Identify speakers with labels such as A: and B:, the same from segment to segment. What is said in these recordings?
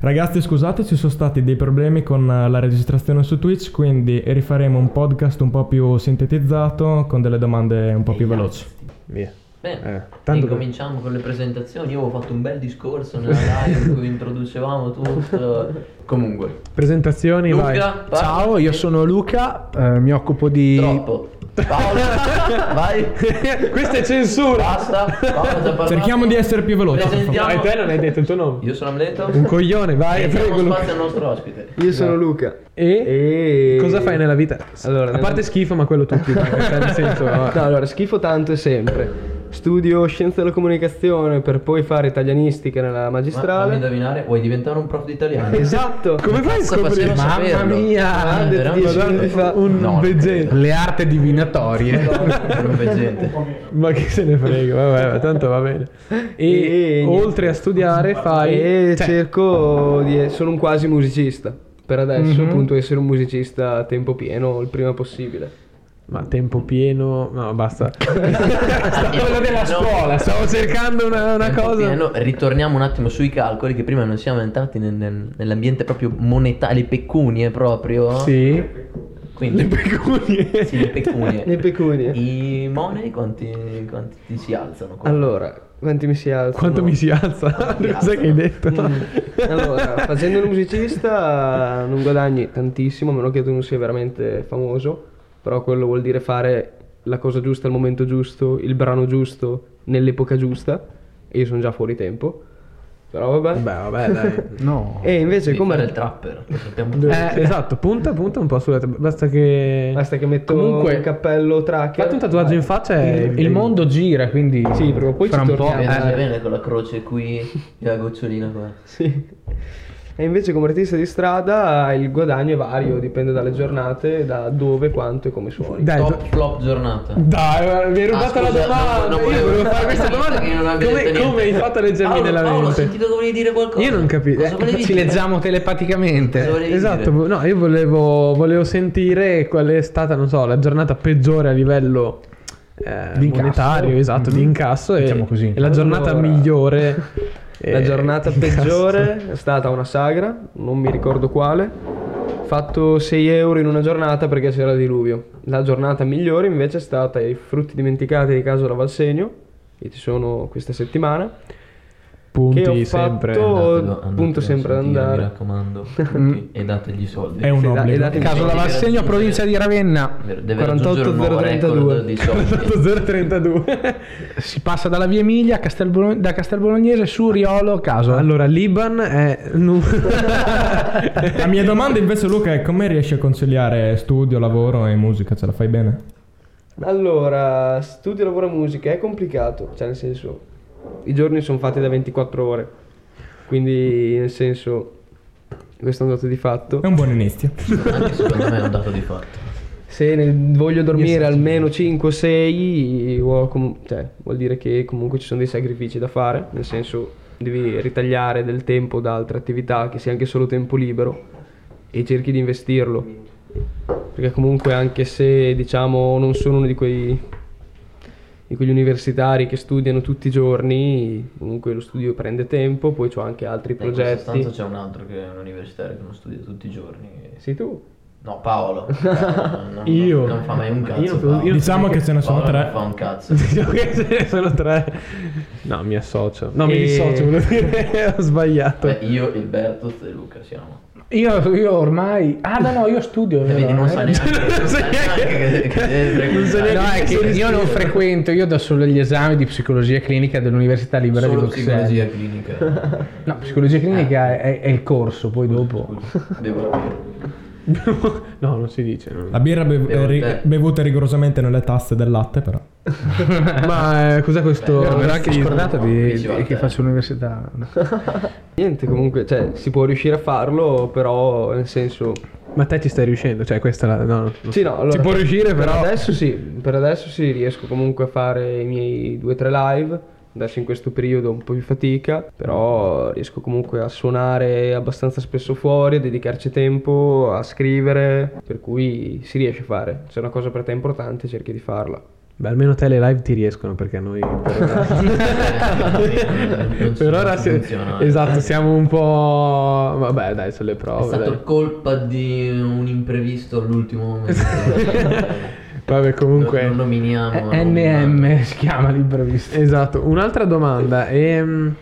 A: Ragazzi, scusate, ci sono stati dei problemi con eh, la registrazione su Twitch, quindi rifaremo un podcast un po' più sintetizzato con delle domande un po' più veloci. Via.
B: Bene,
C: Eh, tanto che-
B: incominciamo con le presentazioni. Io avevo fatto un bel discorso nella live in cui introducevamo tutto. Comunque,
C: Presentazioni,
B: Luca,
C: vai.
B: parla.
C: Ciao, io sono Luca, eh, mi occupo di...
B: troppo. Paolo, vai.
C: Questa è censura!
B: Basta. Paolo, già parlato.
A: Cerchiamo di essere più veloci. per favore.
B: Presentiamo.
C: E te non hai detto il tuo nome. Eh,
B: Io sono Amleto.
C: Un coglione, vai,
B: e diamo
C: prego Luca.
B: spazio al nostro ospite.
D: Io sono Luca.
C: E...
D: E
C: Cosa fai nella vita?
D: Allora,
C: a
D: nella-
C: parte schifo, ma quello tutti. perché, cioè, nel senso,
D: No, allora, schifo tanto e sempre. Studio scienze della comunicazione per poi fare italianistica nella
B: Ma fammi
D: magistrale.
B: indovinare, vuoi diventare un prof di italiano?
D: Esatto.
C: Come fai a
B: Cazzo,
C: scoprire?
B: possiamo saperlo.
D: Ah,
B: Eh,
D: detto
B: veramente?
D: dieci minuti fa.
C: un
B: No,
C: veggente. Le arti divinatorie.
B: Sono un veggente.
C: ma che se ne frega, vabbè, ma tanto va bene. E,
D: E-
C: oltre a studiare fai...
D: E
C: cioè,
D: cerco di. Sono un quasi musicista. Per adesso,
C: Mhm.
D: appunto, essere un musicista a tempo pieno il prima possibile.
C: Ma tempo pieno... No, basta.
B: Quello della
C: Scuola, stavo cercando una, una cosa...
B: Piano, ritorniamo un attimo sui calcoli che prima non siamo entrati nel- nel- nell'ambiente proprio monetario, le pecunie proprio.
C: Sì.
B: Quindi, le pecunie. Sì, le pecunie.
D: Le pecunie.
B: I money quanti, quanti ti si alzano? qua?
D: Allora, quanti mi si alzano?
C: Quanto mi si alza? Cosa che hai detto?
D: Mm. Allora, facendo il musicista eh, non guadagni tantissimo, a meno che tu non sia veramente famoso, però quello vuol dire fare la cosa giusta al momento giusto, il brano giusto, nell'epoca giusta, e io sono già fuori tempo, però vabbè.
C: Beh, Ah, vabbè, dai.
E: No.
D: E invece
B: Devi
D: come...
B: fare il trapper. lo sappiamo tutti.
C: Eh, esatto, punta punta un po' sulla tab- basta che
D: Basta che metto
C: Comunque,
D: un cappello tracker.
C: fate un tatuaggio in faccia e
E: Eh, Il mondo gira, quindi
D: Sì, prima o poi
E: fra
D: ci
E: un po'
C: eh.
D: torniamo.
B: Bene, Eh, bene con la croce qui e la gocciolina qua.
D: Sì. E invece come artista di strada il guadagno è vario, dipende dalle giornate, da dove, quanto e come suoni.
C: Dai,
B: Top
C: do-
B: flop giornata.
C: dai, guarda, mi hai rubato
B: Ah,
C: la
B: scusa,
C: domanda.
B: no, no,
C: Io
B: volevo-
C: volevo fare questa domanda.
B: Che non abbia
C: Come,
B: detto
C: come hai
B: niente.
C: fatto a leggermi
B: Paolo,
C: nella
B: Paolo, ho
C: mente?
B: sentito che volevi dire qualcosa.
C: Io non capisco.
B: Cosa volevi
E: ci
B: dire?
E: leggiamo
B: Cosa
E: telepaticamente.
B: volevi
C: Esatto,
B: dire?
C: vo- no, io volevo, volevo sentire qual è stata, non so, la giornata peggiore a livello eh,
E: Di incasso.
C: monetario, esatto, di
E: Mhm.
C: incasso e,
E: Diciamo così.
C: e la giornata
D: Mm-hmm. Allora,
C: migliore.
D: La
C: eh,
D: giornata
C: di incasso.
D: peggiore è stata una sagra, non mi ricordo quale. Fatto 6 euro in una giornata perché c'era diluvio. La giornata migliore invece è stata i frutti dimenticati di Casola Valsegno, che ci sono questa settimana.
C: Punti
D: che ho
C: sempre.
D: fatto-
B: Andatelo-
D: punto sempre ad
B: andatelo a sentire,
D: andare.
B: Mi raccomando.
C: Mm.
B: e dategli i soldi.
E: È un
D: da- e
E: obbligo.
D: datemi-
E: Caso la Vassegno, provincia di Ravenna.
B: Vero, Deve
D: 48
B: raggiungere un nuovo
D: 032.
B: record di soldi.
C: 032.
E: Si passa dalla via Emilia a Castel Bolog- da Castel Bolognese su Riolo, caso.
C: Allora, Liban è. nu-
A: La mia domanda invece, Luca, è come riesci a conciliare studio, lavoro e musica? Ce la fai bene?
D: Allora, studio, lavoro e musica è complicato, cioè nel senso, i giorni sono fatti da 24 ore, quindi nel senso, questo è un dato di fatto.
A: È un buon inizio.
B: Anche secondo me è un dato di fatto.
D: Se ne voglio dormire almeno 5 6, cioè, vuol dire che comunque ci sono dei sacrifici da fare, nel senso devi ritagliare del tempo da altre attività, che sia anche solo tempo libero, e cerchi di investirlo. Perché comunque anche se diciamo non sono uno di quei di quegli universitari che studiano tutti i giorni, comunque lo studio prende tempo, poi ho anche altri
B: In questa stanza
D: progetti.
B: c'è un altro che è un universitario che non studia tutti i giorni.
D: Sei tu?
B: No, Paolo. Cioè, Non- non-
C: Io?
B: Non fa mai un cazzo.
C: Io-
B: Paolo.
C: io-
A: Diciamo che ce ne sono
B: Paolo non
A: tre.
B: fa un cazzo.
C: Diciamo che ce ne sono tre. No, mi associo. No, mi
D: E-
C: dissocio, volevo dire. Ho sbagliato.
B: Beh, io, il Bertus e Luca siamo.
E: Io, io ormai. Ah, no, no, io studio.
B: E vedi,
E: vero,
B: non
E: eh.
B: sa neanche. non sa neanche che- che-
C: Non sa neanche
E: No, è che io non frequento, io do solo gli esami di psicologia clinica dell'Università Libera
B: Solo
E: di Bruxelles.
B: psicologia clinica.
E: No, psicologia
C: Ah.
E: clinica è, è- è il corso, poi dopo.
B: Devo
C: No, non si dice. no.
A: La birra bev-
B: Bevo
A: ri-
B: te.
A: bevuta rigorosamente nelle tasse del latte, però.
C: Ma eh, cos'è questo?
E: Mi ero anche
C: razzismo?
E: scordato di,
B: Dici,
E: di-
B: vabbè.
E: che faccio l'università.
D: Niente, comunque, cioè, si può riuscire a farlo, però nel senso
C: Ma te ci stai riuscendo, cioè questa è la... No, no.
D: Sì, no, allora,
C: Ci può riuscire,
D: per
C: però.
D: adesso sì, per adesso sì, riesco comunque a fare i miei 2-3 live. Adesso in questo periodo un po' di fatica, però riesco comunque a suonare abbastanza spesso fuori, a dedicarci tempo, a scrivere, per cui si riesce a fare. Se è una cosa per te è importante, cerchi di farla.
C: Beh, almeno te le live ti riescono perché noi... Per ora,
B: Non so,
C: per ora
B: non
C: si-
B: funziona.
C: Esatto, siamo un po'... Vabbè, dai, sono le
B: È
C: prove.
B: stato
C: dai.
B: colpa di un imprevisto all'ultimo momento.
C: Vabbè, comunque...
B: non nominiamo. non nominiamo.
E: NM Eh, si chiama l'imprevisto.
C: Esatto, un'altra domanda. ehm,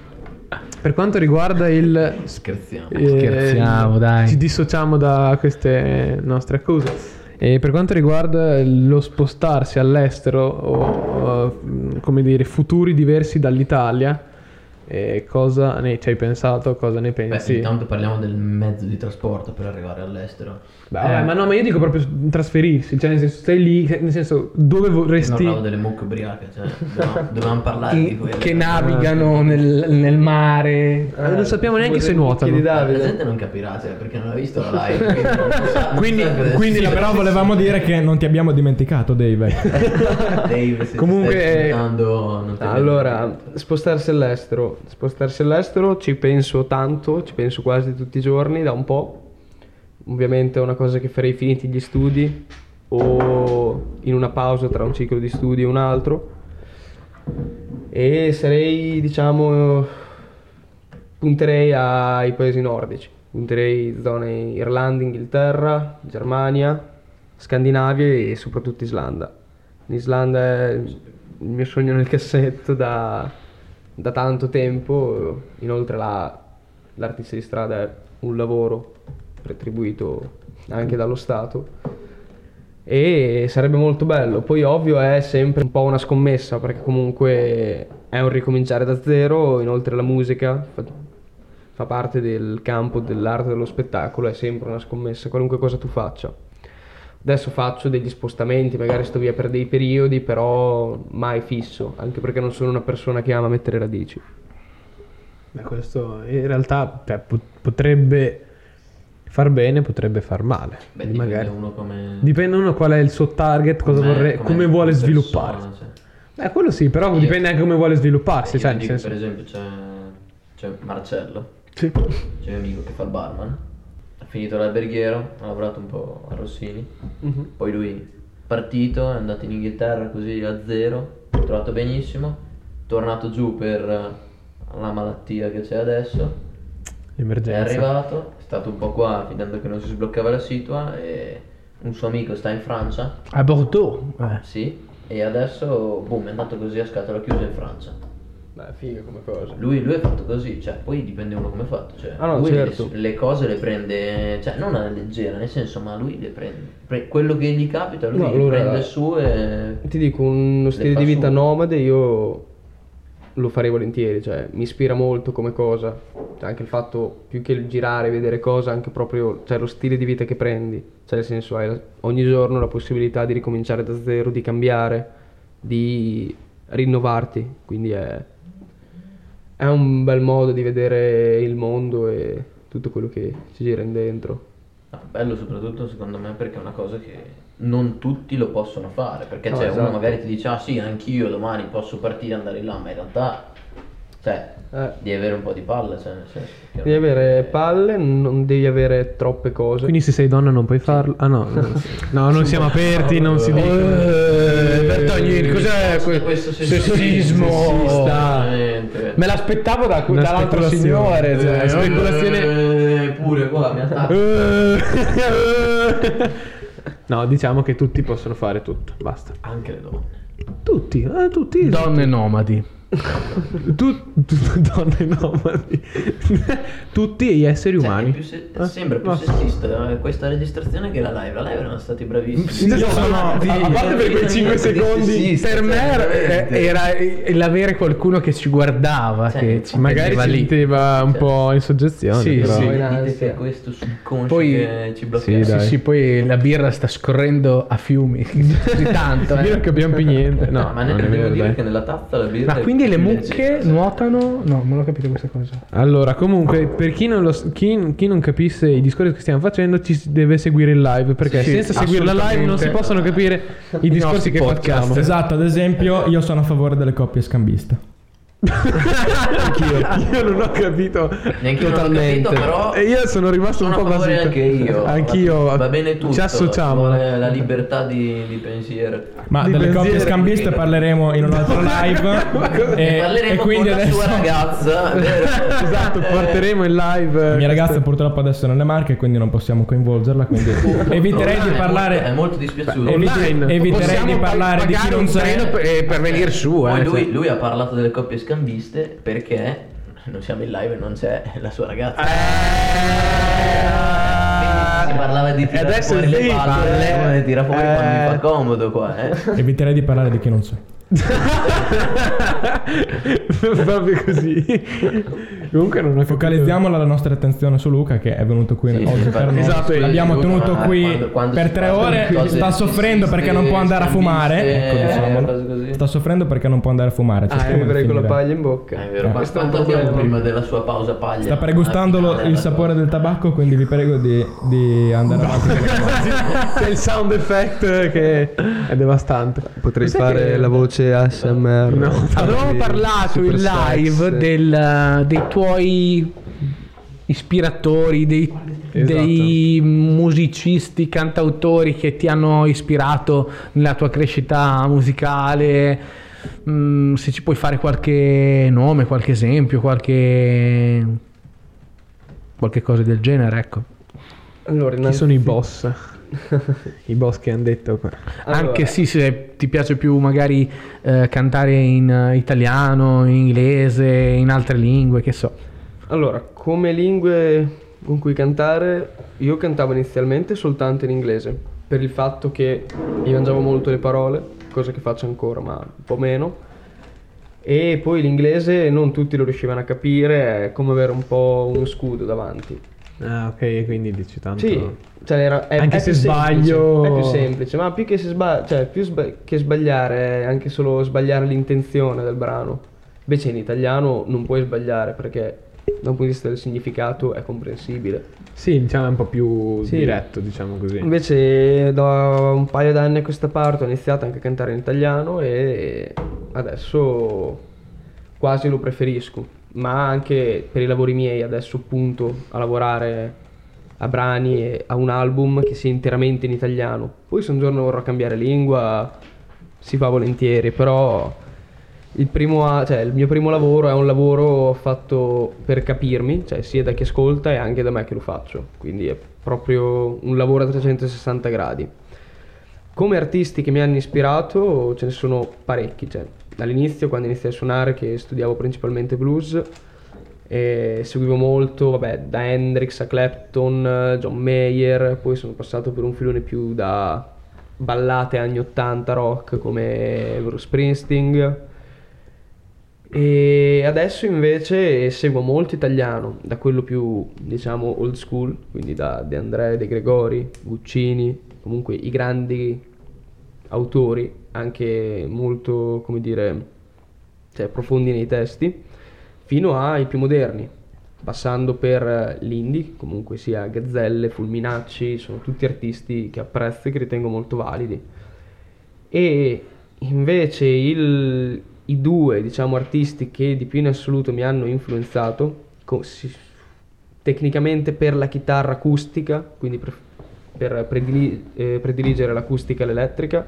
C: per quanto riguarda il...
B: Scherziamo.
C: eh,
E: Scherziamo, dai.
C: Ci dissociamo da queste nostre accuse. E per quanto riguarda lo spostarsi all'estero, o eh, come dire, futuri diversi dall'Italia, eh, cosa ne ci hai pensato? Cosa ne
B: Beh,
C: pensi?
B: intanto parliamo del mezzo di trasporto per arrivare all'estero.
C: Beh, vabbè, ma no, ma io dico proprio s- trasferirsi, cioè nel senso stai lì, nel senso dove
B: Io
C: vorresti...
B: parlavo delle mucche ubriache, cioè, dovevamo, dovevamo parlare di Ah,
E: Che,
B: quello.
E: che navigano nel, nel mare.
C: Eh, non sappiamo neanche se
D: nuota.
C: nuotano.
B: La gente non capirà, cioè, perché non ha visto la live. quindi non lo sa, non
A: Quindi,
B: sa cosa
A: quindi
B: sia.
A: però volevamo dire che non ti abbiamo dimenticato, Dave.
B: Dave, se ti
C: Comunque-
B: stai ascoltando, non ti
D: Allora,
B: vedo.
D: spostarsi all'estero. Spostarsi all'estero ci penso tanto, ci penso quasi tutti i giorni, da un po'. Ovviamente è una cosa che farei finiti gli studi o in una pausa tra un ciclo di studi e un altro. E sarei, diciamo, punterei ai paesi nordici. Punterei zone Irlanda, Inghilterra, Germania, Scandinavia e soprattutto Islanda. L'Islanda è il mio sogno nel cassetto da, da tanto tempo, inoltre la- l'artista di strada è un lavoro retribuito anche dallo Stato e sarebbe molto bello. Poi ovvio è sempre un po' una scommessa perché comunque è un ricominciare da zero, inoltre la musica fa, fa parte del campo dell'arte dello spettacolo, è sempre una scommessa qualunque cosa tu faccia. Adesso faccio degli spostamenti, magari sto via per dei periodi, però mai fisso, anche perché non sono una persona che ama mettere radici.
C: Beh, questo in realtà cioè, po- potrebbe far bene, potrebbe far male.
B: Beh,
C: Quindi
B: dipende
C: magari.
B: uno come...
C: Dipende uno qual è il suo target, cosa
B: com'è-
C: vorrei,
B: com'è
C: come vuole
B: persona,
C: sviluppare.
B: cioè.
C: Eh, quello sì, però dipende anche come vuole svilupparsi.
B: Eh, Io
C: Cioè, nel
B: dico,
C: senso...
B: Per esempio c'è, c'è Marcello,
C: Sì.
B: c'è un amico che fa il barman, ha finito l'alberghiero, ha lavorato un po' a Rossini,
C: Mhm.
B: poi lui è partito, è andato in Inghilterra così a zero, ha trovato benissimo, tornato giù per eh, la malattia che c'è adesso, è
C: L'emergenza.
B: arrivato, è stato un po' qua fidando che non si sbloccava la situa e un suo amico sta in Francia,
E: A Bordeaux. eh.
B: sì, e adesso boom è andato così a scatola chiusa in Francia.
D: Beh, figa come cosa.
B: Lui, lui è fatto così, cioè, poi dipende uno come è fatto. Cioè,
D: Ah, no,
B: lui
D: certo.
B: le, le cose le prende, cioè, non alla leggera, nel senso, ma lui le prende. pre- quello che gli capita, lui
D: No,
B: le
D: allora-
B: prende su e.
D: Ti dico, uno stile
B: fa
D: di vita
B: su.
D: nomade io lo farei volentieri, cioè mi ispira molto come cosa, Cioè, anche il fatto più che il girare, vedere cosa, anche proprio cioè, lo stile di vita che prendi, cioè nel senso hai la- ogni giorno la possibilità di ricominciare da zero, di cambiare, di rinnovarti, quindi è, è un bel modo di vedere il mondo e tutto quello che ci gira in dentro.
B: No, Ah, bello soprattutto secondo me perché è una cosa che non tutti lo possono fare. Perché
D: No,
B: cioè, uno
D: esatto.
B: magari ti dice, ah sì, anch'io domani posso partire e andare là, ma in realtà. Cioè,
D: Eh.
B: devi avere un po' di palle, cioè, nel senso. che-
D: Devi avere palle, non devi avere troppe cose.
C: Quindi se sei donna non puoi farlo. Ah no, no, no non siamo aperti, non si dice.
E: Eh, Bertognini, cos'è que-
B: questo
E: sessismo?
B: Sessista.
E: Me l'aspettavo da,
C: Una
E: dall'altro
C: speculazione.
E: signore. Cioè,
B: Eh,
E: speculazione.
B: eh, pure qua mi attacca.
C: Eh. no, diciamo che tutti possono fare tutto. Basta.
B: Anche le donne.
C: Tutti, eh, tutti.
E: Donne nomadi.
C: Tu- tu- donne nomadi. tutti gli esseri
B: Cioè, è
C: umani.
B: più se- sembra più sessista eh, questa registrazione che la live. La live erano stati bravissimi.
C: Io sono,
B: Sì,
C: a a parte per quei 5
B: sì,
C: secondi,
B: sì,
E: Per
B: Cioè,
E: me era-
B: veramente.
E: era il- l'avere qualcuno che ci guardava,
B: Cioè,
E: che ci
C: magari
E: metteva
C: ci
E: lì.
C: metteva un
B: Cioè.
C: po' in soggezione.
E: Sì,
C: però.
E: sì.
D: in
B: Dite che
D: ansia.
B: è questo subconscio che
E: Poi,
B: ci
E: sì,
B: blocca. Cioè,
E: sì,
C: dai.
E: sì, poi la birra sta scorrendo a fiumi. Di tanto. eh.
C: Io non capiamo più niente. No,
B: ma
C: non
B: ne
C: è
B: devo
C: vero,
B: dire
C: dai.
B: che nella tazza la birra
E: Ma quindi Quindi le mucche nuotano... No, non ho capito questa cosa.
C: Allora, comunque, per chi non, lo s- chi- chi non capisse i discorsi che stiamo facendo, ci si deve seguire in live. Perché
E: Sì,
C: senza seguire la live non si
E: assolutamente.
C: possono capire i discorsi
E: nostri
C: che
E: podcast.
C: facciamo.
A: Esatto, ad esempio, io sono a favore delle coppie scambiste.
C: Io non ho capito.
B: Neanche io non ho
D: Totalmente.
B: capito, però
C: E Eh, io sono rimasto
B: sono
C: un po'
B: a favore
C: basito.
B: anche io.
C: Anch'io.
B: Va bene tutto.
C: Ci associamo.
B: ci vuole La libertà di, di pensiero.
A: Ma
C: Di
A: delle coppie
C: pensiero.
A: scambiste parleremo in un altro live.
B: E,
A: e, e
B: parleremo
A: quindi
B: con
A: adesso.
B: la sua ragazza. vero?
C: Esatto, porteremo in live.
A: La
C: eh,
A: mia ragazza
C: queste-
A: purtroppo adesso è nelle marche, quindi non possiamo coinvolgerla. Quindi eviterei di
B: Online è
A: parlare.
B: molto- È molto dispiaciuto.
A: Evi-
C: Online.
A: eviterei di parlare di chi
E: pagare
A: non
E: un
A: c'è.
E: treno per, eh, per venire su,
B: Poi
E: eh.
B: lui, lui ha parlato delle coppie scambiste perché non siamo in live e non c'è la sua ragazza.
A: Eh,
B: Quindi si parlava di tirare
C: adesso
B: fuori
C: sì,
B: le palle,
C: palle.
B: uno le tira fuori
C: Eh.
B: quando mi fa comodo qua, eh.
A: Eviterei di parlare di chi non c'è.
C: Proprio così. Comunque non ho capito.
A: Focalizziamo la nostra attenzione su Luca che è venuto qui
B: Sì,
A: oggi per
B: sì, infatti,
A: noi.
C: esatto, sì,
A: L'abbiamo
B: Luca,
A: tenuto
B: ma
A: qui
B: quando- quando
A: per
B: si
A: tre
B: parla di
A: ore,
B: cose
A: sta soffrendo perché non può andare a fumare.
B: scambiste, eh,
A: Ecco, diciamolo.
B: cose così.
A: Sta soffrendo perché non può andare a fumare.
D: Ah,
A: cerchiamo di
D: avrei con la
A: finire.
D: paglia in bocca.
B: È vero, ma
D: Questo è un
B: quanto abbiamo
D: problema.
B: prima della sua pausa paglia?
A: Sta pregustando
B: Ah,
A: lo- il sapore del tabacco, quindi vi prego di, di andare avanti.
C: C'è il sound effect che è devastante.
D: Potrei
C: Sai
D: fare
C: che-
D: la voce ASMR.
C: No.
E: Avevamo
D: Quindi,
E: parlato
D: super
E: in live
D: sex.
E: del- eh, dei tuoi ispiratori, dei, dei musicisti, cantautori che ti hanno ispirato nella tua crescita musicale. Mm, se ci puoi fare qualche nome, qualche esempio, qualche, qualche cosa del genere, ecco.
D: Allora,
C: Chi
D: innanzi-
C: sono i boss? I boss che hanno detto qua.
D: Allora.
E: Anche sì, se ti piace più magari eh, cantare in eh, italiano, in inglese, in altre lingue, che so.
D: Allora, come lingue con cui cantare, io cantavo inizialmente soltanto in inglese, per il fatto che mi mangiavo molto le parole, cosa che faccio ancora, ma un po' meno. E poi l'inglese non tutti lo riuscivano a capire, è come avere un po' uno scudo davanti.
C: Ah, ok, quindi dici tanto.
D: Sì, cioè era, è,
C: Anche
D: è
C: se
D: più
C: sbaglio-
D: semplice, è più semplice, ma più che, se sba- cioè, più sba- che sbagliare è anche solo sbagliare l'intenzione del brano. Invece in italiano non puoi sbagliare perché da un punto di vista del significato è comprensibile.
C: Sì, diciamo è un po' più
D: Sì.
C: diretto, diciamo così.
D: Invece da un paio d'anni a questa parte ho iniziato anche a cantare in italiano e adesso quasi lo preferisco. Ma anche per i lavori miei adesso punto a lavorare a brani e a un album che sia interamente in italiano. Poi se un giorno vorrò cambiare lingua si fa volentieri, però il, primo a- cioè, il mio primo lavoro è un lavoro fatto per capirmi, cioè sia da chi ascolta e anche da me che lo faccio, quindi è proprio un lavoro a 360 gradi. Come artisti che mi hanno ispirato ce ne sono parecchi, cioè, dall'inizio quando iniziai a suonare che studiavo principalmente blues e seguivo molto, vabbè, da Hendrix a Clapton, eh, John Mayer, poi sono passato per un filone più da ballate anni 80 rock come Bruce Springsteen e adesso invece eh, seguo molto italiano, da quello più diciamo old school, quindi da De André, De Gregori, Guccini, comunque i grandi autori, anche molto come dire, cioè profondi nei testi, fino ai più moderni, passando per eh, l'indie, comunque sia Gazzelle, Fulminacci, sono tutti artisti che apprezzo e che ritengo molto validi. E invece il- i due, diciamo, artisti che di più in assoluto mi hanno influenzato, co- si- tecnicamente per la chitarra acustica, quindi per, per predili- eh, prediligere l'acustica all'elettrica,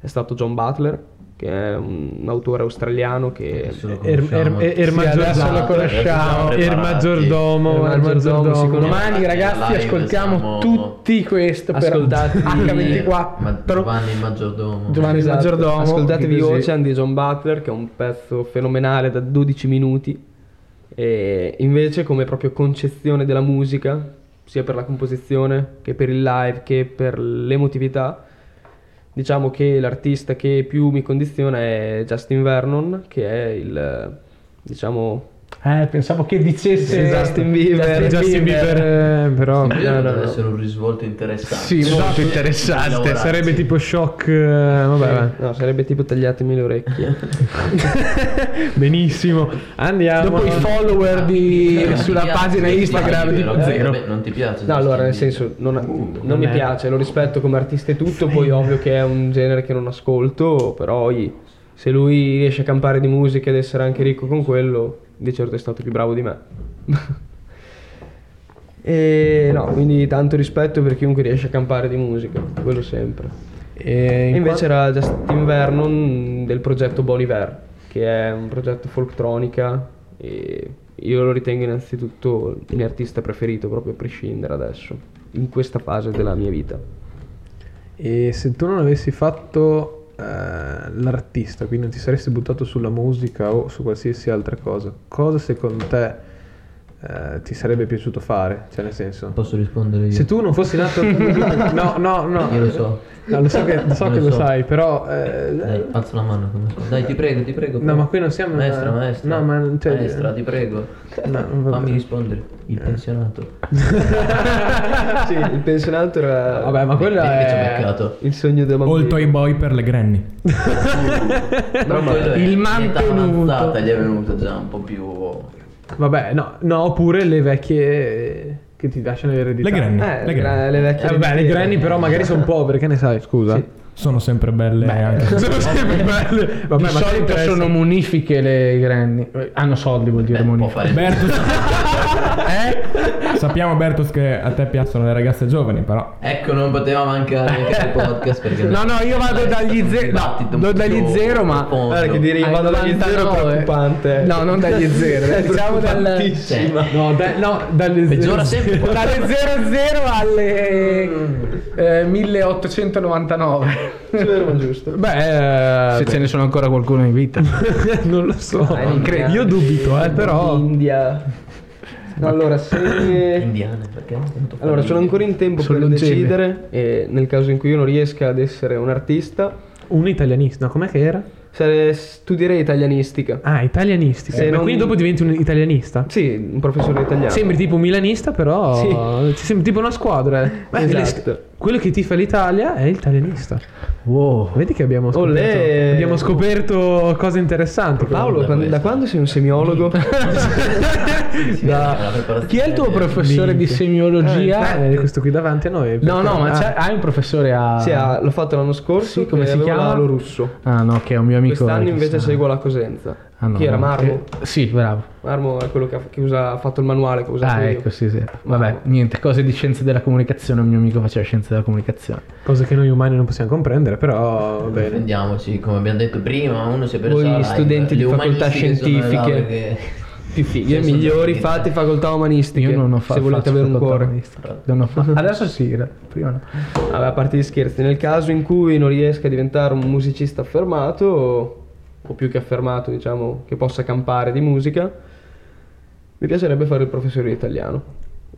D: è stato John Butler, che è un autore australiano che...
C: Er, er, er, er
E: Sì, adesso lo
C: maggiordomo,
B: Eh,
E: conosciamo.
C: er maggiordomo, er
D: Il maggiordomo,
C: maggiordomo.
D: secondo me.
E: Domani ragazzi
B: Live
E: ascoltiamo
B: siamo-
E: tutti questo per
D: Ascoltatevi-
B: Ma
E: H24
B: Giovanni il maggiordomo.
E: Giovanni
D: Esatto.
E: Maggiordomo
D: Ascoltatevi
E: così.
D: Ocean di John Butler, che è un pezzo fenomenale da 12 minuti. E invece, come proprio concezione della musica, sia per la composizione che per il live che per l'emotività, diciamo che l'artista che più mi condiziona è Justin Vernon, che è il eh, diciamo
E: Eh, pensavo che dicesse
D: Justin Bieber.
C: Justin Bieber, eh, però...
B: Io
C: no, no,
B: deve
C: no.
B: essere un risvolto interessante.
C: Sì, molto interessante.
B: Lavorarci.
C: Sarebbe tipo shock. eh, Vabbè, vabbè.
D: No, sarebbe tipo tagliatemi le orecchie.
C: benissimo. Andiamo.
E: Dopo i follower
B: Eh,
E: di,
B: non ti
E: sulla
B: piace
E: pagina
B: Justin
E: Instagram
B: Bieber,
E: di
B: ok?
E: Zero.
B: Vabbè, Non ti piace?
D: No,
B: Justin
D: allora, nel
B: Bieber?
D: senso, non, non
C: non
D: mi
C: è-
D: piace, lo rispetto come artista e tutto, poi ovvio che è un genere che non ascolto, però oi, se lui riesce a campare di musica ed essere anche ricco con quello, di certo è stato più bravo di me. e no, quindi tanto rispetto per chiunque riesce a campare di musica, quello sempre.
C: E
D: E
C: in
D: invece era Justin Vernon del progetto Bon Iver, che è un progetto folktronica e io lo ritengo innanzitutto il mio artista preferito, proprio a prescindere adesso, in questa fase della mia vita.
C: E se tu non avessi fatto eh, l'artista, quindi non ti saresti buttato sulla musica o su qualsiasi altra cosa, cosa secondo te eh, ti sarebbe piaciuto fare? Cioè, nel senso,
B: Posso rispondere io?
C: se tu non fossi nato. No, no, no.
B: Io lo so.
C: No, lo so che lo, so
B: Lo
C: che lo
B: so.
C: sai, però. eh,
B: Dai, alza la mano. come so. Dai, ti prego, ti prego.
C: No, ma qui non siamo-
B: Maestra, maestra.
C: No, ma- cioè-
B: Maestra, ti prego.
C: no, vabbè.
B: Fammi rispondere. Il pensionato.
D: sì, il pensionato era
C: Vabbè, ma quello
B: Mi- mi ci ho
C: è.
B: beccato.
D: il sogno della
A: O il
D: bambina.
A: toy boy per le granny.
B: Però quello è
E: il
B: in età
E: mantenuto.
B: avanzata, Gli è venuto già un po' più...
C: Vabbè, no, no, oppure le vecchie che ti lasciano eredità.
A: Le granny.
D: Eh,
A: le
D: gra-
A: granny.
D: le
C: Eh,
D: vecchie
C: vabbè, le
D: riviste.
C: granny però magari sono povere, che ne sai, scusa.
A: Sono sempre belle anche.
C: Sono sempre belle. Vabbè,
E: eh, di
C: ma che
E: solito
C: interessa?
E: sono munifiche le grandi. Eh, Hanno soldi vuol dire
B: Beh, può
E: munifiche. eh?
B: fare...
A: Bertus, sappiamo Bertus che a te piacciono le ragazze giovani, però
B: Ecco, non poteva mancare anche il podcast perché... Eh,
E: No, no, io vado dagli zero. No, vado dagli zero, ma-
D: Guarda che
B: dire
D: dire io vado dagli zero è
E: 99.
D: preoccupante.
E: No, non dagli zero. diciamo dal,
C: No, da- no, dalle
B: Peggiora sempre.
E: dalle 00 alle eh, 1899.
D: Fermo, giusto.
C: Beh, eh,
E: Se ce ne sono ancora qualcuno in vita.
C: non lo so.
D: Dai,
C: Cre- Io dubito, eh, però.
D: India. Allora, se
B: Indiane, perché?
D: Allora, sono ancora in tempo
E: Sono
D: per
E: longeve.
D: decidere e nel caso in cui io non riesca ad essere un artista,
C: Un italianista, no, com'è che era?
D: sare- studierei italianistica.
C: Ah, italianistica.
D: Se
C: Ma
D: non-
C: quindi dopo diventi un italianista?
D: Sì, un professore italiano.
C: Sembri tipo un milanista, però.
D: Sì.
C: Ci sembri tipo una squadra. eh. Beh,
D: Esatto.
C: le- Quello che tifa l'Italia è italianista.
E: Wow.
C: Vedi che abbiamo
D: Olè.
C: scoperto, abbiamo scoperto cose interessanti.
D: Paolo,
B: Onda
D: quan- da
B: questa.
D: quando sei un semiologo?
B: Da-
E: Chi è il tuo professore di
C: Eh, Minchia.
E: semiologia?
C: Eh, questo qui davanti a noi.
E: No, no, ma
C: Ah,
E: c'è- hai un professore a.
D: Sì, ah, l'ho fatto l'anno scorso,
E: Sì, come
D: che
E: si
D: avevo
E: chiama?
D: l'alo russo.
E: Ah, no, che è un mio amico.
D: Quest'anno
E: che
D: invece
E: sa-
D: seguo la Cosenza.
E: Ah, no,
D: Chi era
E: no,
D: Marmo?
E: che- Sì, bravo.
D: Marmo è quello che ha, che usa- ha fatto il manuale che ho usato
E: Ah,
D: io.
E: ecco, sì, sì. Vabbè, niente, cose di scienze della comunicazione. Un mio amico faceva scienze della comunicazione.
C: Cose che noi umani non possiamo comprendere, però va bene.
B: Prendiamoci, come abbiamo detto prima, uno si è perso
D: Voi
B: la live.
D: studenti di
B: Le
D: facoltà
B: umanistiche sono là
D: scientifiche.
B: perché-
D: Più fighi e
B: Sì, sono
D: migliori,
B: tutti-
D: fate facoltà umanistiche.
E: Io non ho fatto.
D: Se volete avere un cuore.
E: Non ho fatto. Adesso sì, era- prima no.
D: Vabbè, a parte gli scherzi, nel caso in cui non riesca a diventare un musicista affermato, o- o più che affermato, diciamo, che possa campare di musica, mi piacerebbe fare il professore di italiano.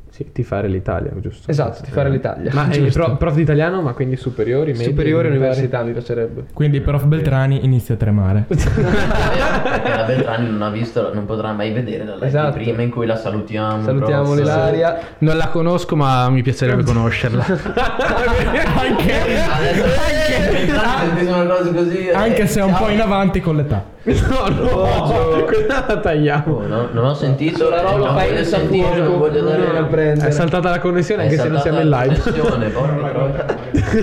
C: Sì, ti fare l'Italia, giusto?
D: Esatto, ti fare l'Italia.
C: Ma eh, pro- prof di italiano, ma quindi superiori, medie,
D: Superiore
C: elementari?
D: università mi piacerebbe.
A: quindi prof Beltrani inizia a tremare.
B: perché la Beltrani non ha visto, non potrà mai vedere la live
D: Esatto.
B: di prima in cui la salutiamo.
D: Salutiamo
B: prof.
D: l'Elaria.
E: Non la conosco, ma mi piacerebbe conoscerla. Anche.
B: Adesso anche, una cosa così. eh,
A: Anche se è un
B: ciao.
A: po' in avanti con l'età.
C: No, no, quella Oh, la tagliamo.
B: Oh, no, non ho sentito, la
D: Paolo,
B: non
D: fai
B: voglio
D: il
B: sentire,
D: saputo,
B: non voglio
D: non
B: dare
D: la prendere.
C: È saltata la connessione anche se non siamo in live.
B: live.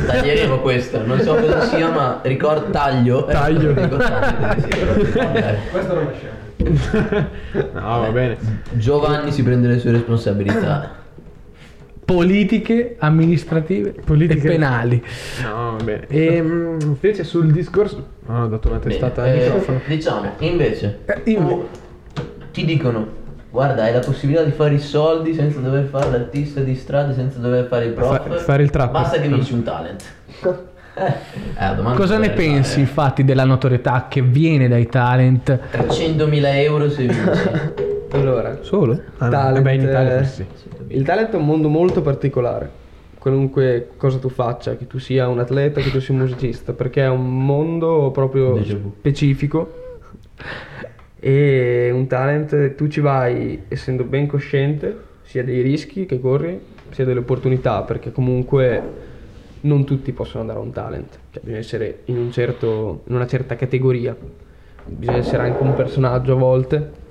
B: Taglieremo questo, non so cosa sia, ma ricordo taglio.
C: Taglio.
B: Questo non
C: No, va bene.
B: Giovanni si prende le sue responsabilità.
E: Politiche, amministrative
C: Politiche-
E: e penali.
C: No, va bene. E mm, invece sul discorso... Ah, ho dato una
B: Bene,
C: testata
B: eh,
C: al microfono.
B: diciamo, invece,
E: Eh,
C: io-
B: tu- ti dicono guarda, hai la possibilità di fare i soldi senza dover fare l'artista di strada, senza dover fare il prof.
C: Fa- fare il trapper.
B: Basta che vinci un talent. Eh, la
F: Oh,
B: domanda
E: Cosa ne
B: sarebbe,
E: pensi,
B: eh,
E: infatti, della notorietà che viene dai talent?
B: 300.000 euro se vinci.
D: Allora,
C: Solo? Ah, no.
D: talent,
C: Vabbè, in Italia
D: eh,
C: forse sì.
D: Il talento è un mondo molto particolare. Qualunque cosa tu faccia, che tu sia un atleta, che tu sia un musicista, perché è un mondo proprio
B: Déjà vu.
D: specifico E un talent, tu ci vai essendo ben cosciente sia dei rischi che corri, sia delle opportunità, perché comunque non tutti possono andare a un talent, cioè bisogna essere in, un certo- in una certa categoria, bisogna essere anche un personaggio a volte,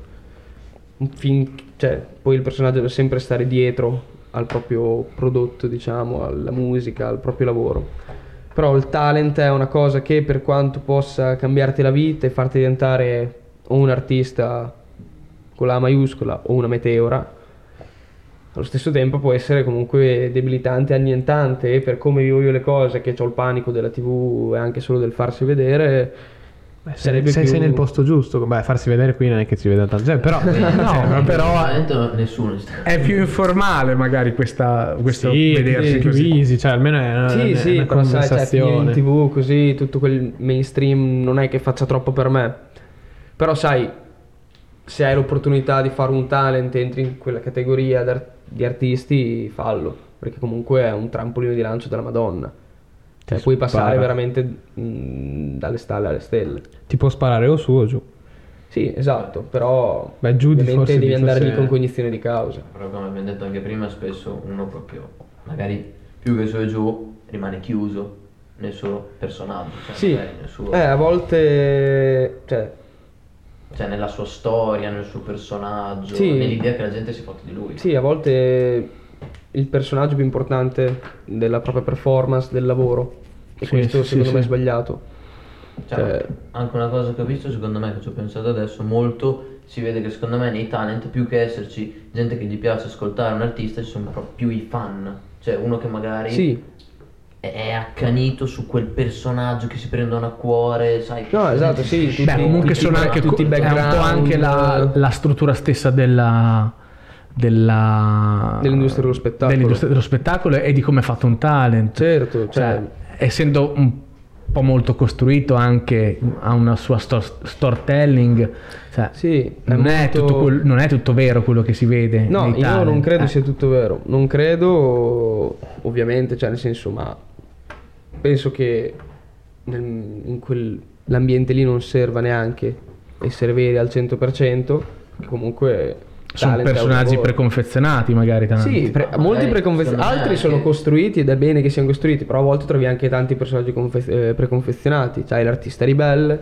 D: un fin- cioè, poi il personaggio deve sempre stare dietro al proprio prodotto, diciamo, alla musica, al proprio lavoro. Però il talent è una cosa che per quanto possa cambiarti la vita e farti diventare o un artista con la A maiuscola o una meteora, allo stesso tempo può essere comunque debilitante e annientante e per come vivo io le cose, che ho il panico della tv e anche solo del farsi vedere,
C: Se,
D: sarebbe
C: se
D: più-
C: sei nel posto giusto, beh, farsi vedere qui non è che si veda tanto, gente, però cioè,
E: No, però
B: Però nessuno sta.
F: È più informale magari questa, questo
C: sì,
F: vedersi
C: è più
F: così.
C: easy, cioè almeno è una,
D: Sì,
C: è
D: sì,
C: una
D: però sai, cioè, film,
C: conversazione.
D: tv, così, tutto quel mainstream non è che faccia troppo per me. Però sai, se hai l'opportunità di fare un talent, entri in quella categoria d'ar- di artisti, fallo, perché comunque è un trampolino di lancio della Madonna. Cioè, puoi passare
C: spara.
D: veramente mm, dalle stalle alle stelle.
C: Ti può sparare o su o giù.
D: Sì, esatto, però
C: Beh, giù di forse
D: ovviamente devi
C: di
D: andare
C: forse-
D: lì con cognizione di causa.
B: Però come abbiamo detto anche prima, spesso uno proprio, magari più che su e giù, rimane chiuso nel suo personaggio, cioè,
D: Sì,
B: magari nel suo-
D: eh, a volte, cioè,
B: cioè nella sua storia, nel suo personaggio,
D: Sì.
B: nell'idea che la gente si è fatta di lui.
D: Sì, a volte il personaggio più importante della propria performance, del lavoro. E
C: Sì,
D: questo
C: sì,
D: secondo
C: sì,
D: me è
C: sì.
D: sbagliato.
B: Cioè,
D: Cioè-
B: anche una cosa che ho visto, secondo me, che ci ho pensato adesso, molto si vede che secondo me nei talent, più che esserci gente che gli piace ascoltare un artista, ci sono proprio più i fan. Cioè uno che magari
D: Sì.
B: è- è accanito su quel personaggio che si prendono a cuore, sai?
D: No, esatto, sì. Tutti,
E: Beh, comunque
D: tutti-
E: sono anche
D: tutti i
E: co- è un
D: background.
E: po' anche la, la struttura stessa della, della-
D: Dell'industria dello spettacolo.
E: dell'industria dello spettacolo e di come è fatto un talent.
D: Certo, cioè,
E: Cioè, essendo un po' molto costruito anche ha una sua stor- storytelling. Cioè,
D: Sì, è
E: non, è
D: molto-
E: tutto quel- non è tutto vero quello che si vede.
D: No,
E: nei
D: io
E: talent.
D: non credo
E: Eh.
D: sia tutto vero. Non credo, ovviamente, cioè nel senso, ma penso che nel- in quell'ambiente lì non serva neanche essere veri al 100%, che comunque...
E: Sono
D: talent è un
E: personaggi
D: lavoro.
E: preconfezionati, magari tanti.
D: Sì, pre-
B: Ma
D: molti
B: magari eh,
D: preconfezionati,
B: secondo me
D: altri
B: anche-
D: sono costruiti ed è bene che siano costruiti, però a volte trovi anche tanti personaggi confe- eh, preconfezionati. C'hai l'artista ribelle,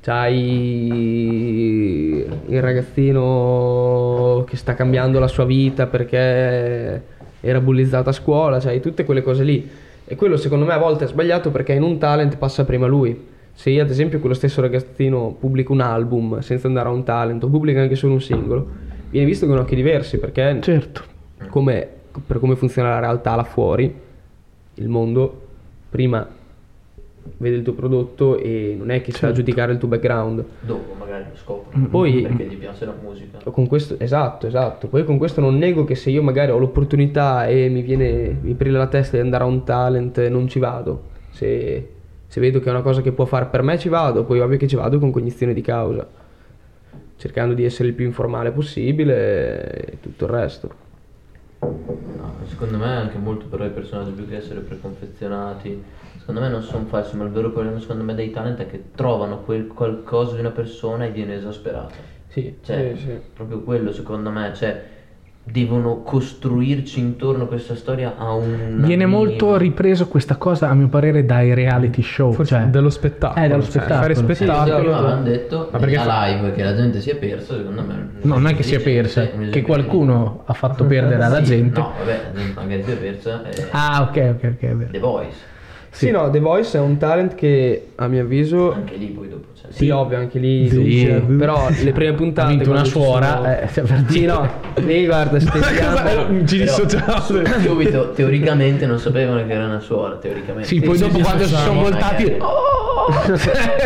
D: c'hai il ragazzino che sta cambiando la sua vita perché era bullizzato a scuola, c'hai tutte quelle cose lì. E quello secondo me a volte è sbagliato perché in un talent passa prima lui. Se io ad esempio quello stesso ragazzino pubblico un album senza andare a un talent o pubblica anche solo un singolo, viene visto con occhi diversi perché
E: certo.
D: come, per come funziona la realtà là fuori, il mondo prima vede il tuo prodotto e non è che sta a giudicare il tuo background.
B: Dopo magari lo scoprono.
D: Poi-
B: perché gli piace la musica.
D: Con questo, esatto, esatto. Poi con questo non nego che se io magari ho l'opportunità e mi viene, mi brilla la testa di andare a un talent, non ci vado. Se, se vedo che è una cosa che può fare per me, ci vado. Poi ovvio che ci vado con cognizione di causa, cercando di essere il più informale possibile e tutto il resto.
B: No, secondo me è anche molto però i personaggi più che essere preconfezionati. Secondo me non sono falsi, ma il vero problema secondo me dei talent è che trovano quel qualcosa di una persona e viene esasperata.
D: Sì,
B: Cioè,
D: sì, sì.
B: proprio quello secondo me, cioè devono costruirci intorno questa storia a un
E: Viene molto ripreso questa cosa, a mio parere, dai reality show.
C: Forse
E: cioè-
C: dello spettacolo.
E: Eh, dello
C: cioè,
E: spettacolo.
C: Fare
E: Sì,
B: sì, esatto,
C: spettacolo.
B: prima avevamo detto
C: Ma perché
B: a
C: fa-
B: live che la gente si è persa, secondo me.
E: No, non è che si è persa,
B: un esempio
E: che
B: di-
E: qualcuno ha fatto perdere alla
B: Sì,
E: gente.
B: No, vabbè, la gente magari si è persa è
E: Ah, ok, ok, ok, è vero.
B: The Voice.
D: Sì, no, The Voice è un talent che a mio avviso.
B: Anche lì poi dopo cioè, c'è.
D: Sì, ovvio, anche lì.
E: Sì.
D: cioè, Però le prime
E: Ha
D: puntate.
E: vinto una
D: quando ci sono-
E: suora, eh, per
D: Sì,
E: dire-
D: no, lì guarda,
C: Cosa-
D: stendiamo.
C: un giri
B: Però,
C: sociale.
B: su- Subito, teoricamente non sapevano che era una suora, teoricamente. Oh,
E: Sì, poi dopo quando si sono voltati...
B: Magari.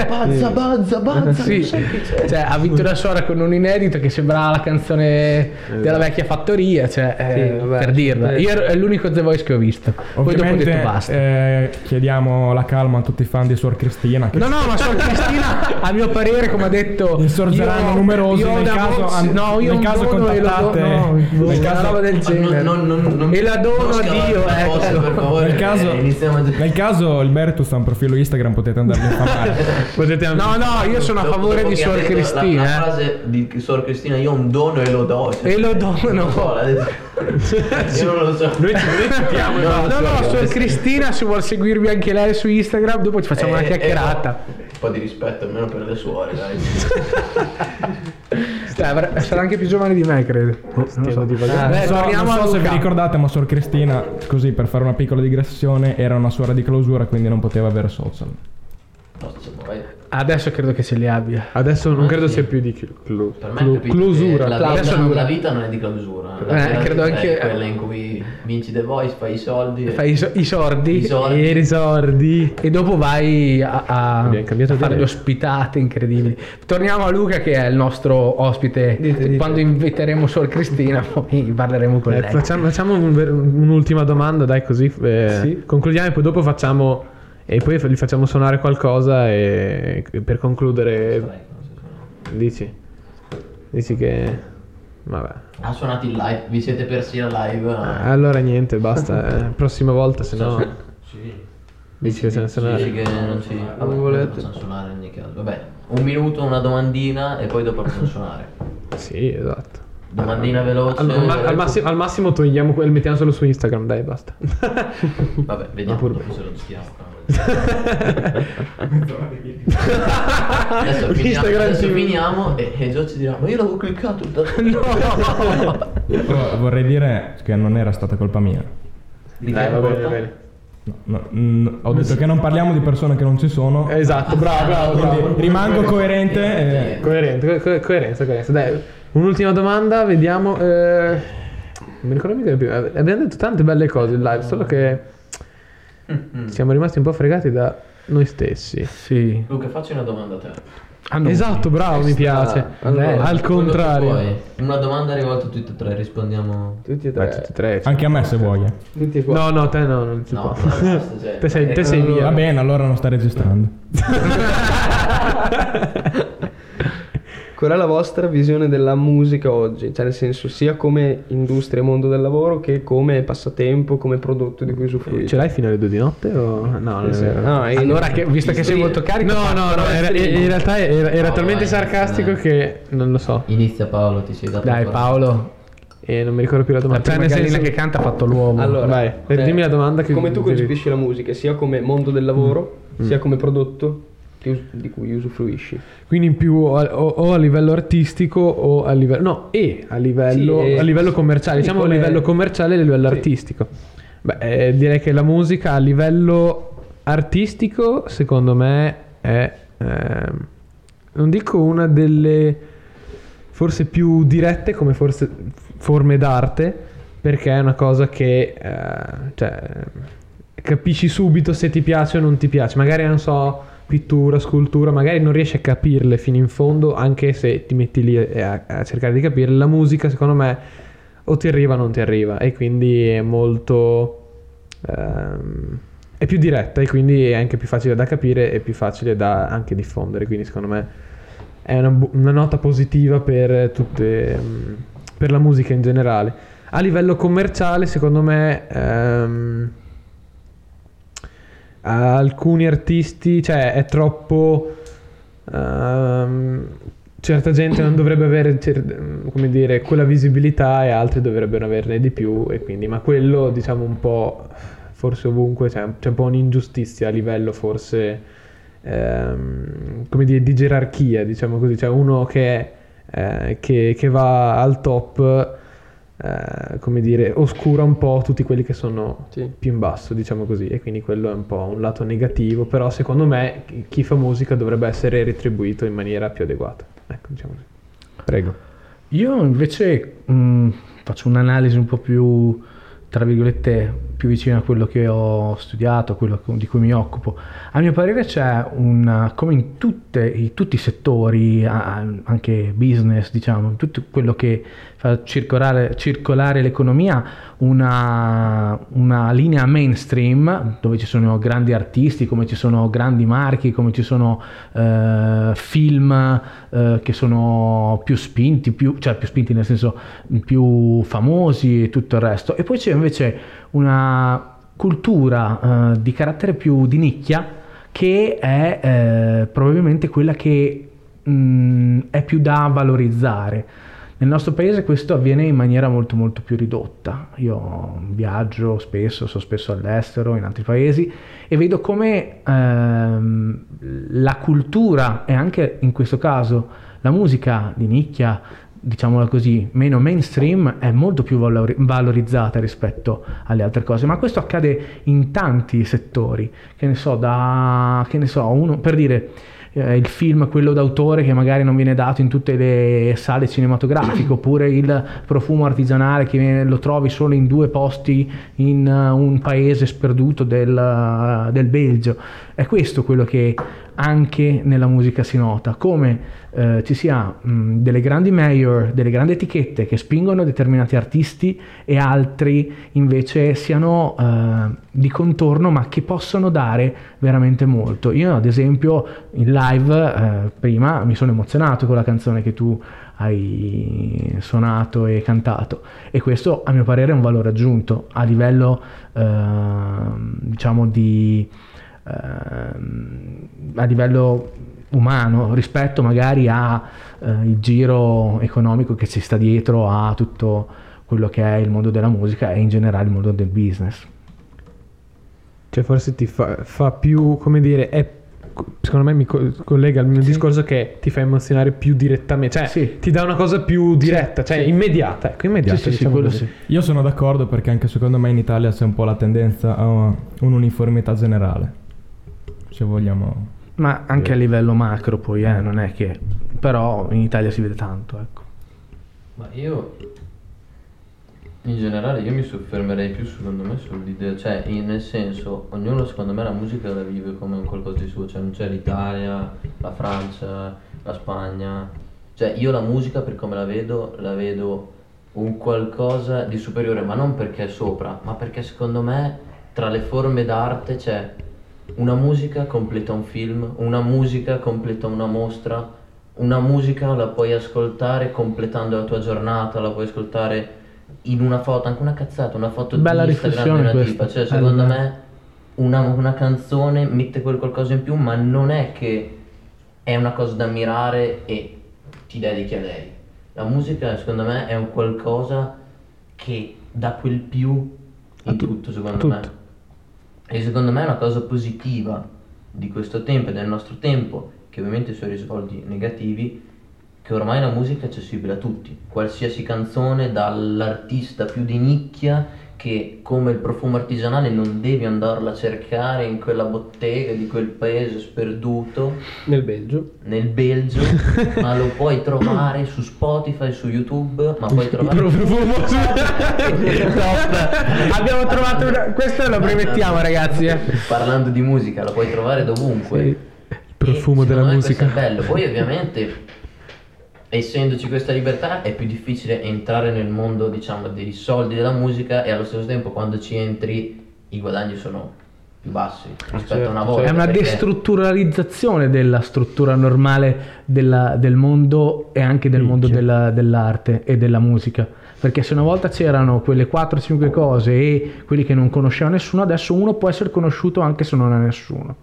B: Bazza, bazza, bazza.
E: Sì, cioè, ha vinto una suora con un inedito che sembrava la canzone della vecchia fattoria, cioè, eh,
D: Sì, vabbè,
E: per dirla.
D: sì.
E: Io ero- è l'unico The Voice che ho visto. Poi dopo ho
A: Ovviamente
E: detto basta.
A: eh, chiediamo la calma a tutti i fan di Suor Cristina. Che
E: No, no, ma Sor Cristina, a mio parere, come ha detto,
A: Insorgeranno numerosi,
E: ho
A: nel
E: una
A: caso-
E: voce-
A: an-
E: no, io
A: nel
E: un
A: caso
E: dono e la do-
A: contattate-
E: no,
A: nel
E: una
A: caso-
E: roba del genere.
B: Non- non- non- non-
E: e la dono
B: non
E: a
B: scavate
E: Dio,
B: il posto,
E: ecco.
B: per favore.
A: Nel caso,
B: Eh, iniziamo a
A: nel caso il Bertus ha un profilo Instagram, potete andarlo mi fa male.
C: Potete anche...
E: No, no, io sono a
B: Dopo-
E: favore
B: dopo
E: di
B: che ha
E: Suor
B: detto la-
E: Cristina.
B: La,
E: eh.
B: frase di Suor Cristina, io un dono e lo do. cioè,
E: E lo
B: non lo
E: dono.
B: so, l'ha detto. io non lo so. Noi ci mettiamo.
E: No, no, no, Suor Cristina, se vuol seguirvi anche lei su Instagram, dopo ci
B: Eh,
E: facciamo una chiacchierata.
B: un po' di rispetto almeno per le suore, dai. eh,
E: Dai, Cioè, avrà-
F: Sarà anche più giovane di me, credo. Oh, non so, tipo,
A: Ah,
E: Beh,
A: non so,
E: torniamo
A: non
E: a
A: so se vi
E: Luca.
A: ricordate, ma Sor Cristina, così per fare una piccola digressione, era una suora di clausura, quindi non poteva avere social.
B: No, insomma, vai.
E: Adesso credo che se li abbia.
C: Adesso non
B: Ah,
C: credo
B: sì.
C: sia più di Clu.
B: Per me capite,
C: Clausura.
B: La vita,
E: Adesso non-
B: la vita non è di clausura. La
E: Eh,
B: vita
E: credo
B: è
E: anche-
B: quella in cui vinci The Voice, fai i soldi. e-
E: Fai i, so- i sordi.
B: I sordi.
E: E i risordi. E dopo vai a, a-
C: Abbiamo cambiato
E: a fare le
C: idea.
E: ospitate incredibili. Torniamo a Luca che è il nostro ospite.
D: Dite, dite.
E: Quando inviteremo Suor Cristina poi parleremo con
C: Eh,
E: lei.
C: facciamo facciamo un ver- un'ultima domanda, dai, così eh,
E: Sì.
C: concludiamo e poi dopo facciamo. E poi gli facciamo suonare qualcosa e per concludere.
B: Strike, non so se sono-
C: Dici? Dici che. Vabbè.
B: Ha suonato in live, vi siete persi la live? eh?
C: Allora niente, basta. eh. Prossima volta, se no.
B: Sì.
C: Dici che se ne sono.
B: Dici che non si... Vabbè,
D: volete.
B: Possiamo suonare in ogni caso. Vabbè, un minuto, una domandina e poi dopo possiamo suonare.
C: Sì, esatto.
B: Domandina veloce.
C: Al, al ma- al massi- al massimo togliamo quello, mettiamo solo su Instagram, dai, basta.
B: Vabbè, vediamo
C: pure
B: dopo se lo schiamo. adesso finiamo,
C: Instagram
B: adesso
C: TV.
B: finiamo e, e Gio ci dirà ma io l'avevo cliccato da... no
A: Però vorrei dire che non era stata colpa mia.
B: di
C: Dai,
B: che
C: va bene,
B: volta?
C: va bene.
A: No, no, mm, ho detto che non parliamo di persone che non ci sono.
C: Esatto, bravo, bravo,
A: quindi
C: bravo.
A: rimango coerente. e-
C: Coerente, co- co- coerenza, coerenza. Dai, un'ultima domanda, vediamo. eh, Non mi ricordo mica più. eh, Abbiamo detto tante belle cose in live, solo che siamo rimasti un po' fregati da noi stessi.
E: Sì.
B: Luca faccio una domanda a te
E: A noi.
C: Esatto, bravo, mi piace.
D: allora,
C: al
B: Quello che
C: contrario.
B: vuoi. una domanda rivolta a tutti e tre rispondiamo
D: Tutti e
C: Vai,
D: tre.
C: tutti e tre.
A: Anche a me se vuoi. eh.
D: Tutti e quattro.
C: No, no, te no, non si
B: no
C: può.
B: basta, cioè,
C: Te sei, te
B: eh,
C: sei via.
A: Va bene, allora non sta registrando.
D: Qual è la vostra visione della musica oggi? Cioè, nel senso, sia come industria e mondo del lavoro che come passatempo, come prodotto di cui usufruite.
C: Ce l'hai fino alle due di notte o
E: Cioè,
C: no? Non è
E: eh,
C: vero.
D: No, io-
E: Allora, che, visto che sei
D: Sì.
E: molto carico,
C: No, no, no, era- in realtà era, era
B: No,
C: talmente
B: vai,
C: sarcastico
B: dai.
C: che non lo so.
B: inizia Paolo ti sei dato
E: Dai,
B: la parola.
E: Paolo.
C: E non mi ricordo più la
E: La
C: domanda. Cioè,
E: prima
C: nel
E: gallina
C: senso-
E: che canta ha fatto l'uomo.
D: Allora,
C: Vai,
D: cioè,
C: dimmi la domanda che-
D: Come tu
C: devi-
D: concepisci la musica, sia come mondo del lavoro,
E: Mm.
D: sia come prodotto che us- di cui usufruisci.
C: Quindi in più o, o- o a livello artistico o a livello... No, e a livello,
D: Sì, e-
C: a livello commerciale.
D: sì,
C: diciamo
D: come-
C: a livello commerciale e a livello artistico. Beh, eh, direi che la musica a livello artistico, secondo me, è... ehm, non dico una delle... forse più dirette come forse forme d'arte perché è una cosa che eh, cioè, capisci subito se ti piace o non ti piace magari non so pittura scultura magari non riesci a capirle fino in fondo anche se ti metti lì e- e a, a cercare di capirle la musica secondo me o ti arriva o non ti arriva e quindi è molto ehm, è più diretta e quindi è anche più facile da capire e più facile da anche diffondere quindi secondo me è una, bu- una nota positiva per tutte mm, per la musica in generale a livello commerciale secondo me ehm, alcuni artisti cioè è troppo ehm, certa gente non dovrebbe avere cer- come dire quella visibilità e altri dovrebbero averne di più e quindi ma quello diciamo un po' forse ovunque c'è, c'è un po' un'ingiustizia a livello forse ehm, come dire di gerarchia diciamo così cioè uno che, eh, che, che va al top eh, come dire oscura un po' tutti quelli che sono
D: Sì.
C: più in basso, diciamo così, e quindi quello è un po' un lato negativo, però secondo me chi- chi fa musica dovrebbe essere retribuito in maniera più adeguata. Ecco, diciamo così. Prego.
E: Io invece mh, faccio un'analisi un po' più, tra virgolette, più vicina a quello che ho studiato, a quello co- di cui mi occupo. A mio parere c'è un, come in tutte- in tutti i settori, a- anche business, diciamo, in tutto quello che fa circolare, circolare l'economia, una, una linea mainstream dove ci sono grandi artisti, come ci sono grandi marchi, come ci sono eh, film eh, che sono più spinti, più, cioè più spinti nel senso più famosi e tutto il resto. E poi c'è invece una cultura eh, di carattere più di nicchia che è eh, probabilmente quella che mh, mm, è più da valorizzare. Nel nostro paese questo avviene in maniera molto molto più ridotta. Io viaggio spesso, sono spesso all'estero, in altri paesi e vedo come ehm, la cultura e anche in questo caso la musica di nicchia, diciamola così, meno mainstream è molto più valori- valorizzata rispetto alle altre cose, ma questo accade in tanti settori, che ne so, da che ne so, uno per dire eh, il film, quello d'autore che magari non viene dato in tutte le sale cinematografiche, oppure il profumo artigianale che viene- lo trovi solo in due posti in eh, un paese sperduto del, del Belgio. È questo quello che anche nella musica si nota, come eh, ci sia mh, delle grandi major, delle grandi etichette che spingono determinati artisti e altri invece siano eh, di contorno ma che possono dare veramente molto. Io ad esempio in live eh, prima mi sono emozionato con la canzone che tu hai suonato e cantato e questo a mio parere è un valore aggiunto a livello ehm, diciamo di ehm, a livello umano rispetto magari al giro economico che ci sta dietro a tutto quello che è il mondo della musica e in generale il mondo del business.
C: Cioè, forse ti fa, fa più, come dire, è- secondo me mi co- collega al mio discorso che ti fa emozionare più direttamente, cioè
E: Sì.
C: ti dà una cosa più diretta, cioè immediata, ecco, immediata. diciamo così.
A: Io sono d'accordo perché anche secondo me in Italia c'è un po' la tendenza a un'uniformità generale. Se vogliamo.
E: Ma anche a livello macro poi, eh, non è che... Però in Italia si vede tanto, ecco.
B: Ma io in generale io mi soffermerei più secondo me sull'idea, cioè in- nel senso ognuno secondo me la musica la vive come un qualcosa di suo, cioè non c'è l'Italia, la Francia, la Spagna, cioè io la musica per come la vedo la vedo un qualcosa di superiore, ma non perché è sopra, ma perché secondo me tra le forme d'arte cioè, c'è una musica completa un film, una musica completa una mostra, una musica la puoi ascoltare completando la tua giornata, la puoi ascoltare in una foto, anche una cazzata, una foto
E: Bella
B: di Instagram di
E: riflessione
B: una
E: questa.
B: tipa. Cioè, secondo
E: Bella.
B: me una, una canzone mette quel qualcosa in più, ma non è che è una cosa da ammirare e ti dedichi a lei. La musica, secondo me, è un qualcosa che dà quel più in tutto, secondo me. E secondo me è una cosa positiva di questo tempo e del nostro tempo, che ovviamente ha i suoi risvolti negativi, che ormai la musica è accessibile a tutti. Qualsiasi canzone, dall'artista più di nicchia, che come il profumo artigianale non devi andarla a cercare in quella bottega di quel paese sperduto,
D: Nel Belgio.
B: nel Belgio, ma lo puoi trovare su Spotify, su YouTube, ma puoi trovare...
E: Top. Abbiamo trovato una... Questo lo premettiamo ragazzi. eh.
B: Parlando di musica, la puoi trovare dovunque.
C: Sì, il profumo
B: E secondo
C: della
B: me
C: musica.
B: Questo è bello. Poi ovviamente, essendoci questa libertà, è più difficile entrare nel mondo, diciamo, dei soldi della musica e allo stesso tempo quando ci entri i guadagni sono più bassi
C: Ah,
B: rispetto
C: certo,
B: a una volta.
E: È una
B: perché-
E: destrutturalizzazione della struttura normale della- del mondo e anche del mondo della- dell'arte e della musica. Perché se una volta c'erano quelle 4-5 cose e quelli che non conosceva nessuno, adesso uno può essere conosciuto anche se non è nessuno.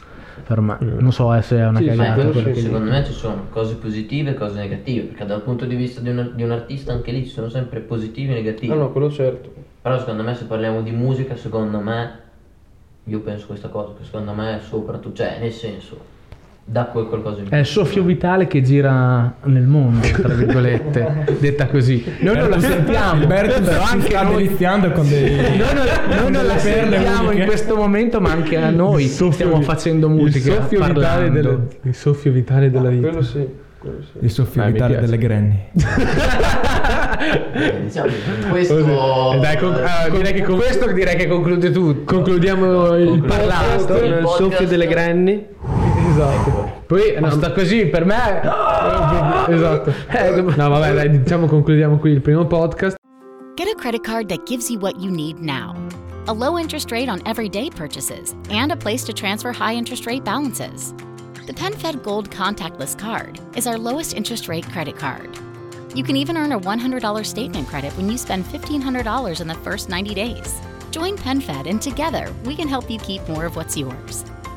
E: Per me. Non so eh, se è una
D: Sì, sì,
B: Ma è
E: cagata.
B: quello
E: quella
B: che
E: che dico.
B: secondo me ci sono cose positive e cose negative, perché dal punto di vista di un, di un artista anche lì ci sono sempre positivi e negativi.
D: No, no, quello certo.
B: Però secondo me se parliamo di musica, secondo me, io penso questa cosa, che secondo me è soprattutto, cioè nel senso, dà quel qualcosa in più.
E: È il soffio vitale che gira nel mondo, tra virgolette, detta così. Noi non la sentiamo,
A: Bertus
E: però
A: si
E: anche
A: sta
E: noi
A: deliziando con dei.
E: Noi non, noi non la
A: Perle
E: sentiamo
A: uniche.
E: in questo momento, ma anche a noi
C: Il soffio
E: stiamo
C: vi-
E: facendo musica.
C: Il soffio, vitale
E: parlando.
C: della, il soffio vitale della vita.
D: Quello sì. Quello sì.
A: Il soffio
C: Ah, mi
A: vitale
C: piace.
A: delle granny.
B: Diciamo, questo...
C: Eh, dai, con- ah, direi che con-
E: Questo direi che conclude tutto.
C: concludiamo il
B: Parlato.
C: podcast.
D: Nel
B: podcast-
D: soffio delle granny.
C: Esatto. Poi no,
E: Sta così per me.
C: esatto.
E: Eh,
C: No, vabbè, dai, diciamo concludiamo qui il primo podcast.
G: Get a credit card that gives you what you need now. A low interest rate on everyday purchases and a place to transfer high interest rate balances. The PenFed Gold Contactless Card is our lowest interest rate credit card. You can even earn a $100 statement credit when you spend $1,500 in the first 90 days. Join PenFed and together we can help you keep more of what's yours.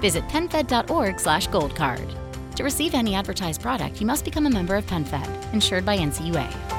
G: Visit PenFed.org slash gold card. To receive any advertised product, you must become a member of PenFed, insured by NCUA.